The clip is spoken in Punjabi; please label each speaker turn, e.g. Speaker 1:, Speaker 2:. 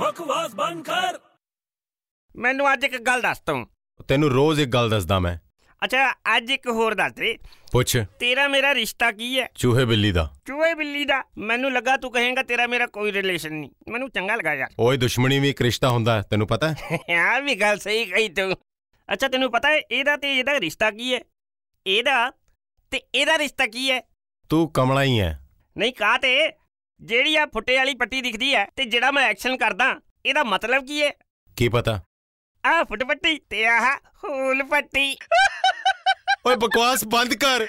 Speaker 1: ਬਕਵਾਸ ਬੰਦ ਕਰ
Speaker 2: ਮੈਨੂੰ ਅੱਜ ਇੱਕ ਗੱਲ ਦੱਸ ਤੂੰ
Speaker 3: ਤੈਨੂੰ ਰੋਜ਼ ਇੱਕ ਗੱਲ ਦੱਸਦਾ ਮੈਂ
Speaker 2: ਅੱਛਾ ਅੱਜ ਇੱਕ ਹੋਰ ਦੱਸ ਦੇ
Speaker 3: ਪੁੱਛ
Speaker 2: ਤੇਰਾ ਮੇਰਾ ਰਿਸ਼ਤਾ ਕੀ ਹੈ
Speaker 3: ਚੂਹੇ ਬਿੱਲੀ ਦਾ
Speaker 2: ਚੂਹੇ ਬਿੱਲੀ ਦਾ ਮੈਨੂੰ ਲੱਗਾ ਤੂੰ ਕਹੇਂਗਾ ਤੇਰਾ ਮੇਰਾ ਕੋਈ ਰਿਲੇਸ਼ਨ ਨਹੀਂ ਮੈਨੂੰ ਚੰਗਾ ਲੱਗਾ ਯਾਰ
Speaker 3: ਓਏ ਦੁਸ਼ਮਣੀ ਵੀ ਇੱਕ ਰਿਸ਼ਤਾ ਹੁੰਦਾ ਹੈ, ਤੈਨੂੰ ਪਤਾ ਹੈ
Speaker 2: ਆ ਵੀ ਗੱਲ ਸਹੀ ਕਹੀ ਤੂੰ ਅੱਛਾ ਤੈਨੂੰ ਪਤਾ ਹੈ ਇਹਦਾ ਤੇ ਇਹਦਾ ਰਿਸ਼ਤਾ ਕੀ ਹੈ ਇਹਦਾ ਤੇ ਇਹਦਾ ਰਿਸ਼ਤਾ ਕੀ ਹੈ
Speaker 3: ਤੂੰ ਕਮਲਾ ਹੀ ਹੈ
Speaker 2: ਨਹੀਂ ਕਾ ਤੇ ਜਿਹੜੀ ਆ ਫੁੱਟੇ ਵਾਲੀ ਪੱਟੀ ਦਿਖਦੀ ਹੈ ਤੇ ਜਿਹੜਾ ਮੈਂ ਐਕਸ਼ਨ ਕਰਦਾ ਇਹਦਾ ਮਤਲਬ ਕੀ ਹੈ
Speaker 3: ਕੀ ਪਤਾ
Speaker 2: ਆਹ ਫੁੱਟ ਪੱਟੀ ਤੇ ਆਹ ਹੂਲ ਪੱਟੀ
Speaker 3: ਓਏ ਬਕਵਾਸ ਬੰਦ ਕਰ